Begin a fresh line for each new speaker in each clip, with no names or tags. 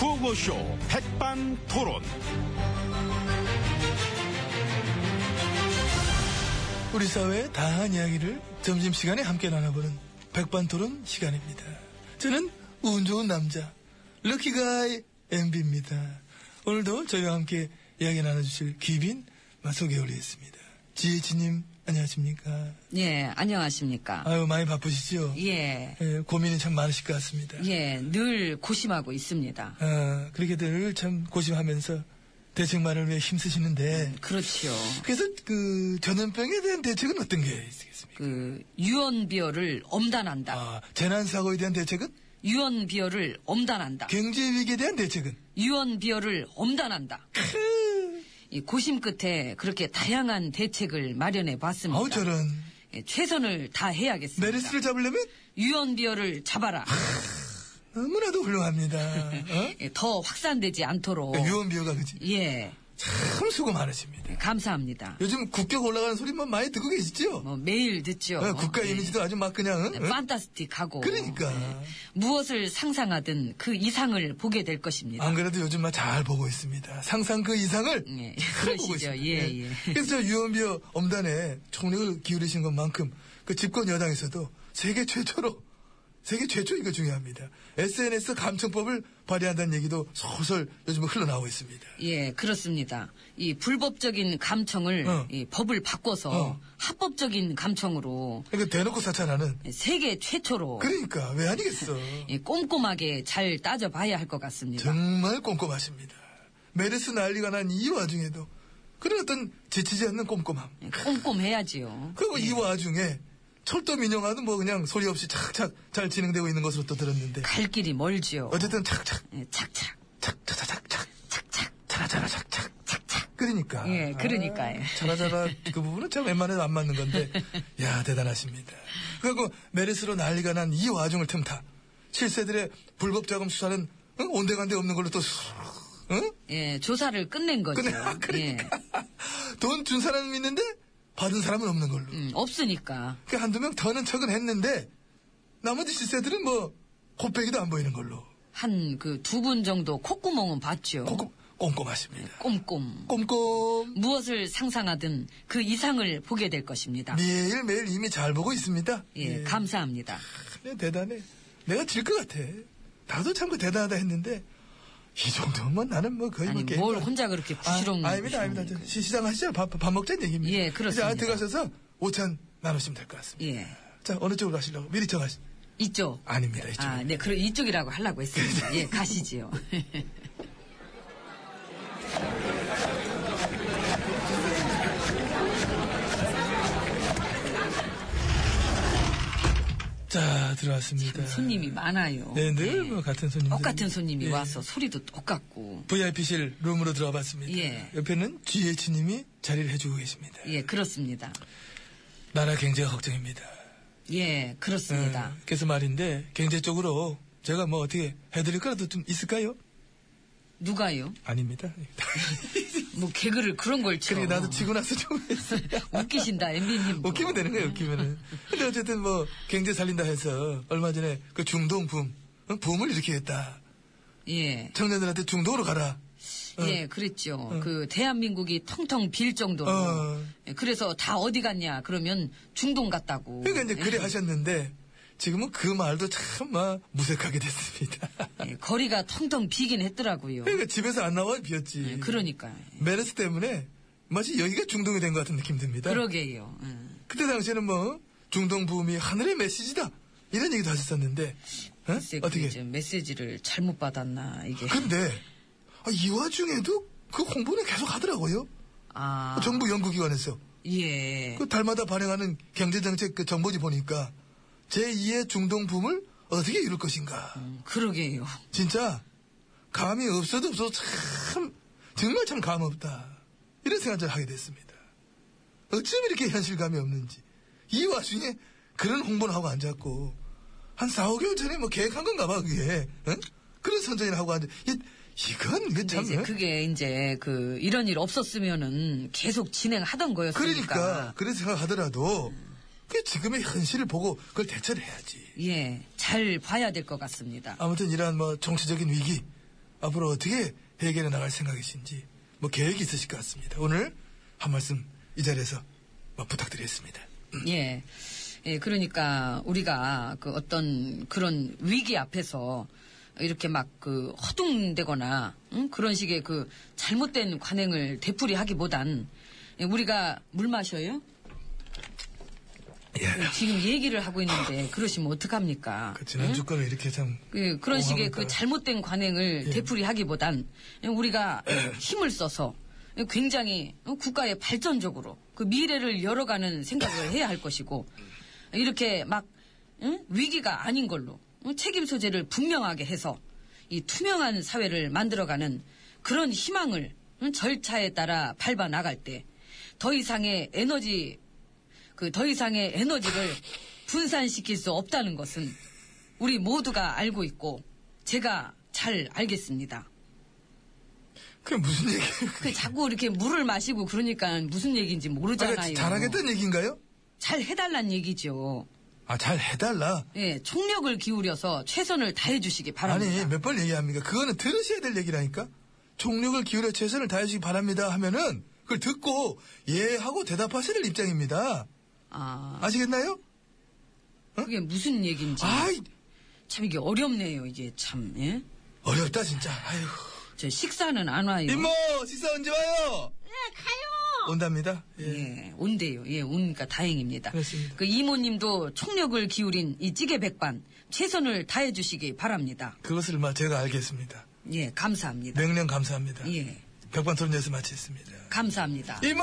라디오쇼 백반 토론.
우리 사회의 다양한 이야기를 점심시간에 함께 나눠보는 백반토론 시간입니다. 저는 운 좋은 남자, 럭키가이 MB입니다. 오늘도 저희와 함께 이야기 나눠주실 귀빈 마 소개 올리겠습니다. 지혜진님, 안녕하십니까?
예, 안녕하십니까.
아유, 많이 바쁘시죠?
예,
예, 고민이 참 많으실 것 같습니다.
예, 늘 고심하고 있습니다.
아, 그렇게 늘참 고심하면서 대책만을 위해
네.
힘쓰시는데,
그렇지요.
그래서 그 전염병에 대한 대책은 어떤 게 있겠습니까?
그, 유언비어를 엄단한다.
아, 재난사고에 대한 대책은?
유언비어를 엄단한다.
경제위기에 대한 대책은?
유언비어를 엄단한다. 이 고심 끝에 그렇게 다양한 대책을 마련해 봤습니다.
아우 저런
예, 최선을 다해야겠습니다.
메르스를 잡으려면
유언비어를 잡아라.
너무나도 훌륭합니다. 어?
예, 더 확산되지 않도록.
유언비어가 그지?
예,
참 수고 많으십니다.
감사합니다.
요즘 국격 올라가는 소리만 많이 듣고 계시죠?
뭐 매일 듣죠.
어, 국가
예.
이미지도 아주 막 그냥 응?
판타스틱하고
그러니까.
무엇을 상상하든 그 이상을 보게 될 것입니다.
안 그래도 요즘 막 잘 보고 있습니다. 상상 그 이상을
예,
잘 보고 있습니다.
그러시죠. 예, 예.
그래서 저 유언비어 엄단에 총력을 기울이신 것만큼 그 집권 여당에서도 세계 최초로 세계 최초 이거 중요합니다. SNS 감청법을 발의한다는 얘기도 소설 요즘 흘러나오고 있습니다.
예, 그렇습니다. 이 불법적인 감청을
어.
이 법을 바꿔서
어.
합법적인 감청으로
그러니까 대놓고 사찰하는
세계 최초로
그러니까 왜 아니겠어
예, 꼼꼼하게 잘 따져봐야 할 것 같습니다.
정말 꼼꼼하십니다 메르스 난리가 난 이 와중에도 그런 어떤 지치지 않는 꼼꼼함
예, 꼼꼼해야지요.
그리고 이 와중에 철도 민영화는 뭐 그냥 소리 없이 착착 잘 진행되고 있는 것으로 또 들었는데
갈 길이 멀지요.
어쨌든 착착
예, 착착,
착착착착착
착착,
차라차라 착착
착착.
그러니까
예, 그러니까요.
아, 차라차라 그 부분은 참 웬만해도 안 맞는 건데 야 대단하십니다 그리고 메르스로 난리가 난 이 와중을 틈타 실세들의 불법 자금 수사는 응? 온데간데 없는 걸로 또 수- 응?
예, 조사를 끝낸 거죠.
끝내- 아,
예,
돈 준 사람은 있는데 받은 사람은 없는 걸로.
음, 없으니까.
그 한두 명 더는 척은 했는데 나머지 실세들은 뭐 코빼기도 안 보이는 걸로.
한 그 두 분 정도 콧구멍은 봤죠.
꼼꼼, 꼼꼼하십니다.
꼼꼼.
꼼꼼.
무엇을 상상하든 그 이상을 보게 될 것입니다.
네. 매일매일 이미 잘 보고 있습니다.
예, 감사합니다.
그래, 대단해. 내가 질 것 같아. 나도 참 그 대단하다 했는데 이 정도면 나는 뭐 거의
아니,
뭐 게임
뭘
안-
혼자 그렇게 부시렁
아, 아닙니다, 아닙니다. 저 시, 시장하시죠. 밥, 밥 먹자는 얘기입니다.
예, 그렇습니다.
이제 안에 들어가셔서 오찬 나누시면 될 것 같습니다.
예.
자, 어느 쪽으로 가시려고? 미리 정하시.
이쪽.
아닙니다, 이쪽.
아, 네, 그럼 이쪽이라고 하려고 했습니다. 예, 가시지요.
네. 자, 들어왔습니다.
손님이 많아요.
네,
예.
늘뭐 같은 손님.
똑같은 손님이
예.
와서 소리도 똑같고.
VIP실 룸으로 들어와 봤습니다.
예.
옆에는 GH님이 자리를 해주고 계십니다.
예, 그렇습니다.
나라 경제가 걱정입니다.
예, 그렇습니다.
음, 그래서 말인데, 경제적으로 제가 뭐 어떻게 해드릴 거라도 좀 있을까요?
누가요?
아닙니다.
뭐 개그를 그런 걸 쳐.
그러게 나도 치고 나서 좀 했어요.
웃기신다, 엠비님.
웃기면 되는 거예요, 웃기면은. 근데 어쨌든 뭐, 경제 살린다 해서 얼마 전에 그 중동 붐, 어? 붐을 일으키겠다.
예.
청년들한테 중동으로 가라. 어.
예, 그랬죠. 그 대한민국이 텅텅 빌 정도로.
어.
예, 그래서 다 어디 갔냐? 그러면 중동 갔다고.
그러니까 이제 그래
예.
하셨는데 지금은 그 말도 참 막 무색하게 됐습니다.
예, 거리가 텅텅 비긴 했더라고요.
그러니까 집에서 안 나와 비었지.
예, 그러니까.
메르스 때문에 마치 여기가 중동이 된 것 같은 느낌 듭니다.
그러게요. 예.
그때 당시에는 뭐 중동 부음이 하늘의 메시지다 이런 얘기도 하셨었는데 어?
글쎄, 그
어떻게? 그
이제 메시지를 잘못 받았나 이게.
근데 아, 이 와중에도 그 홍보는 계속 하더라고요.
아,
정부 연구기관에서
예.
그 달마다 발행하는 경제정책 그 정보지 보니까 제2의 중동 붐을 어떻게 이룰 것인가.
음, 그러게요.
진짜 감이 없어도 없어도 참 정말 참 감 없다 이런 생각을 하게 됐습니다. 어쩜 이렇게 현실감이 없는지 이 와중에 그런 홍보를 하고 앉았고 한 4, 5개월 전에 뭐 계획한 건가 봐 그게 응? 그런 선전을 하고 앉아 이, 이건 그
근데
참
이제
응?
그게 이제 그 이런 일 없었으면은 계속 진행하던 거였으니까.
그러니까 그런 생각하더라도 그 지금의 현실을 보고 그걸 대처를 해야지
예, 잘 봐야 될 것 같습니다.
아무튼 이러한 뭐 정치적인 위기 앞으로 어떻게 해결해 나갈 생각이신지 뭐 계획이 있으실 것 같습니다. 오늘 한 말씀 이 자리에서 뭐 부탁드리겠습니다.
예. 예, 그러니까 우리가 그 어떤 그런 위기 앞에서 이렇게 막 그 허둥대거나 응? 그런 식의 그 잘못된 관행을 되풀이하기보단 예, 우리가 물 마셔요?
예.
지금 얘기를 하고 있는데 그러시면 어떡합니까?
그 지난주 거는 이렇게 참
네? 그, 그런 식의 그
공감할까요?
잘못된 관행을 되풀이하기보단 우리가 힘을 써서 굉장히 국가의 발전적으로 그 미래를 열어가는 생각을 해야 할 것이고 이렇게 막 응? 위기가 아닌 걸로 응? 책임 소재를 분명하게 해서 이 투명한 사회를 만들어가는 그런 희망을 응? 절차에 따라 밟아 나갈 때 더 이상의 에너지 그 더 이상의 에너지를 분산시킬 수 없다는 것은 우리 모두가 알고 있고 제가 잘 알겠습니다.
그게 무슨 얘기예요?
그 자꾸 이렇게 물을 마시고 그러니까 무슨 얘기인지 모르잖아요.
아니, 잘하겠다는 얘기인가요?
잘 해달란 얘기죠.
아, 잘 해달라.
예, 총력을 기울여서 최선을 다해 주시기 바랍니다.
아니, 몇 번 얘기합니까? 그거는 들으셔야 될 얘기라니까? 총력을 기울여 최선을 다해주시기 바랍니다 하면은 그걸 듣고 예 하고 대답하셔야 될 입장입니다.
아,
아시겠나요?
그게 무슨 얘기인지
아이,
참 이게 어렵네요. 이게 참. 예?
어렵다, 진짜. 아휴.
저 식사는 안 와요.
이모, 식사 언제 와요? 네, 가요! 온답니다. 예.
예, 온대요. 예, 오니까 다행입니다.
그렇습니다.
그 이모님도 총력을 기울인 이 찌개 백반 최선을 다해 주시기 바랍니다.
그것을 마, 제가 알겠습니다.
예, 감사합니다.
명령 감사합니다.
예,
백반 토론 여기서 마치겠습니다.
감사합니다.
이모!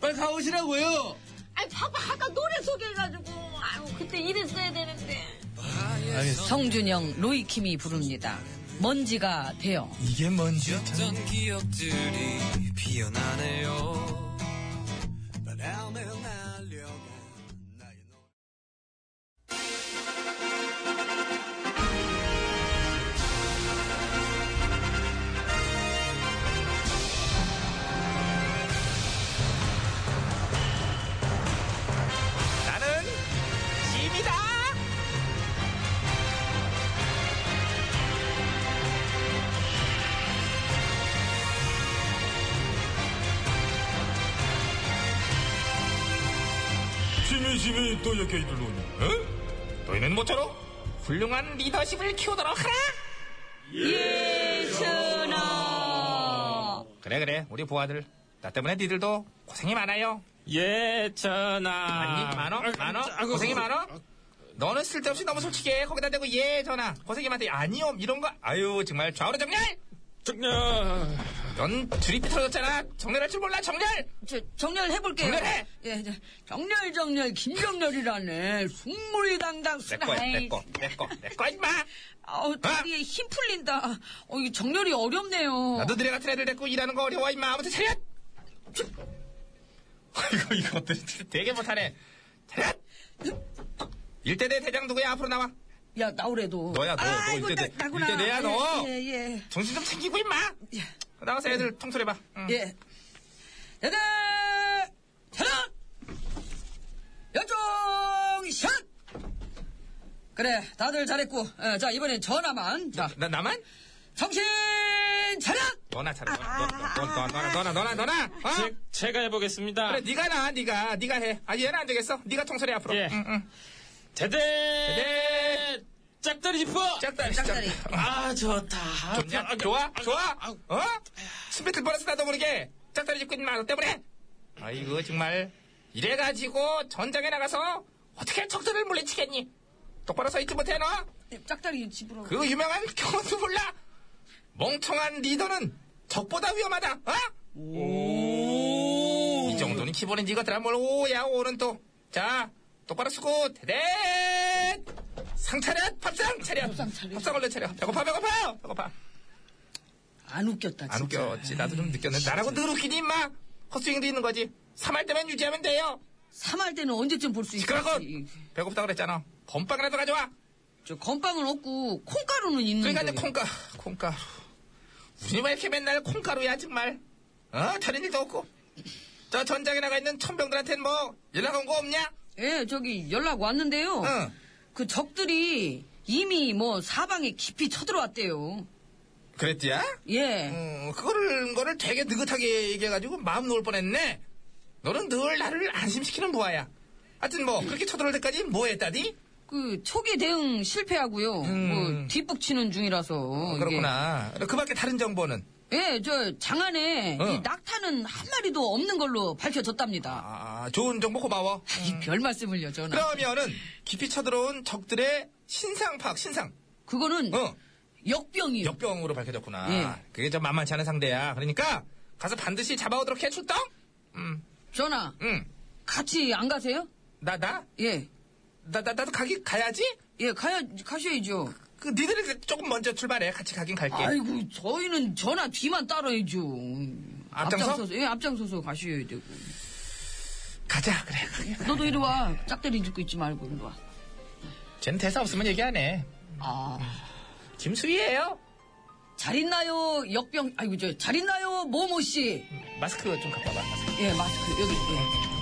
빨리 가오시라고요!
아니 바빠 아까 노래 소개해가지고 아유 그때 이랬어야 되는데
아, 예. 알겠습니다.
성준영, 로이킴이 부릅니다. 먼지가 돼요.
이게 뭔지 참.
어떤 기억들이 피어나네요 바람을 날려간 나의 노래
나는 짐이다. 짐이 짐이 또 이렇게 이들로니? 응? 너희는 모처럼 훌륭한 리더십을 키우도록 하라.
예순아.
그래 그래 우리 부하들 나 때문에 니들도 고생이 많아요.
예,
아니,
전하.
많어? 많어? 고생이 많어? 너는 쓸데없이 너무 솔직해. 거기다 대고 예 전화. 고생이 많대. 아니옴 이런 거. 아유 정말 좌우로 정렬.
정렬.
넌 줄이 틀어졌잖아. 정렬할 줄 몰라 정렬.
저, 정렬해볼게요.
정렬해!
예, 저, 정렬, 정렬, 김정렬이라네. 숙물이 당당,
내 거야 내
아이,
거. 내 거. 내 거 임마.
아우, 다리에 힘 풀린다. 어, 이 정렬이 어렵네요.
나도 너네 같은 애들 데리고 일하는 거 어려워 임마. 아무튼 차렷. 이거 이것들 되게 못하네. 차렷. 일대대 대장 누구야 앞으로 나와.
야, 나오래도.
너야, 너, 너
아이고,
이제
나,
내-
나구나.
이제 내야,
예,
너.
예, 예.
정신 좀 챙기고 임마. 나가서 애들 통솔해봐. 응.
예. 대대! 차렷! 연종! 샷! 그래, 다들 잘했고. 예, 자, 이번엔 전화만. 자,
아, 나 나만?
정신! 차렷!
너나 차라. 너나 너나 너나 너나 너나. 어?
제, 제가 해보겠습니다.
그래 네가 나 네가 네가 해. 아 얘는 안 되겠어. 네가 통솔해 앞으로.
예.
응, 응.
대대.
대대.
짝다리 짚어.
짝다리
짝다리.
짝다리.
아, 좋다.
좋냐?
아,
좋아?
아,
좋아?
아,
어? 스피트 버러스 나도 모르게 짝다리 짚고 있는 말 때문에. 아이고 정말 이래가지고 전장에 나가서 어떻게 적들을 물리치겠니? 똑바로 서 있지 못해 너?
네, 짝다리 집으로.
그 유명한 경호도 몰라. 멍청한 리더는 적보다 위험하다. 어? 오. 이 정도는 기본인 이것들아 뭘 오야 오는 또. 자 똑바로 쓰고 대대. 상 차렷 밥상 차렷. 밥상 차렷. 밥상 얼른 차려. 배고파 배고파 배고파.
안 웃겼다,
안
진짜.
웃겼지. 나도 좀 느꼈는데. 나라고 늘 웃기니, 임마. 헛스윙도 있는 거지. 3할 때만 유지하면 돼요.
삼할 때는 언제쯤 볼 수 있지?
시끄러워. 배고프다 그랬잖아. 건빵이라도 가져와.
저 건빵은 없고, 콩가루는 있는데.
그러니까 이제 콩가, 콩가루. 우리 왜 이렇게 맨날 콩가루야, 정말. 어? 다른 일도 없고. 저 전장에 나가 있는 천병들한테는 뭐, 연락 온 거 없냐?
예, 저기 연락 왔는데요.
응.
그 적들이 이미 뭐 사방에 깊이 쳐들어왔대요.
그랬지야?
예.
어, 그거를, 거를 되게 느긋하게 얘기해가지고 마음 놓을 뻔했네. 너는 늘 나를 안심시키는 보아야. 하여튼 뭐, 그렇게 쳐들어올 때까지 뭐 했다니?
그 초기 대응 실패하고요.
음.
뭐 뒷북치는 중이라서.
어, 그렇구나. 그 밖에 다른 정보는?
이게. 예, 저 장안에
어.
이 낙타는 한 마리도 없는 걸로 밝혀졌답니다.
아, 좋은 정보 고마워.
이 별 말씀을요, 저는.
그러면은, 깊이 쳐들어온 적들의 신상 파악, 신상.
그거는
어,
역병이요.
역병으로 밝혀졌구나.
예.
그게 좀 만만치 않은 상대야. 그러니까, 가서 반드시 잡아오도록 해, 출동! 음,
전화
음.
같이 안 가세요?
나, 나?
예,
나, 나, 나도 가기, 가야지?
예, 가야 가셔야죠.
그, 니들이 조금 먼저 출발해. 같이 가긴 갈게.
아이고, 저희는 전화 뒤만 따라야죠.
앞장서?
예, 앞장서서 가셔야 되고.
가자, 그래.
너도 이리 와. 짝대리 짓고 있지 말고 이리 와.
쟤는 대사 없으면 얘기 안 해.
아,
김수희예요
잘 있나요, 역병? 아이고 저 잘 있나요, 모모 씨.
마스크 좀 갖다 봐. 마스크.
예, 마스크 여기. 예.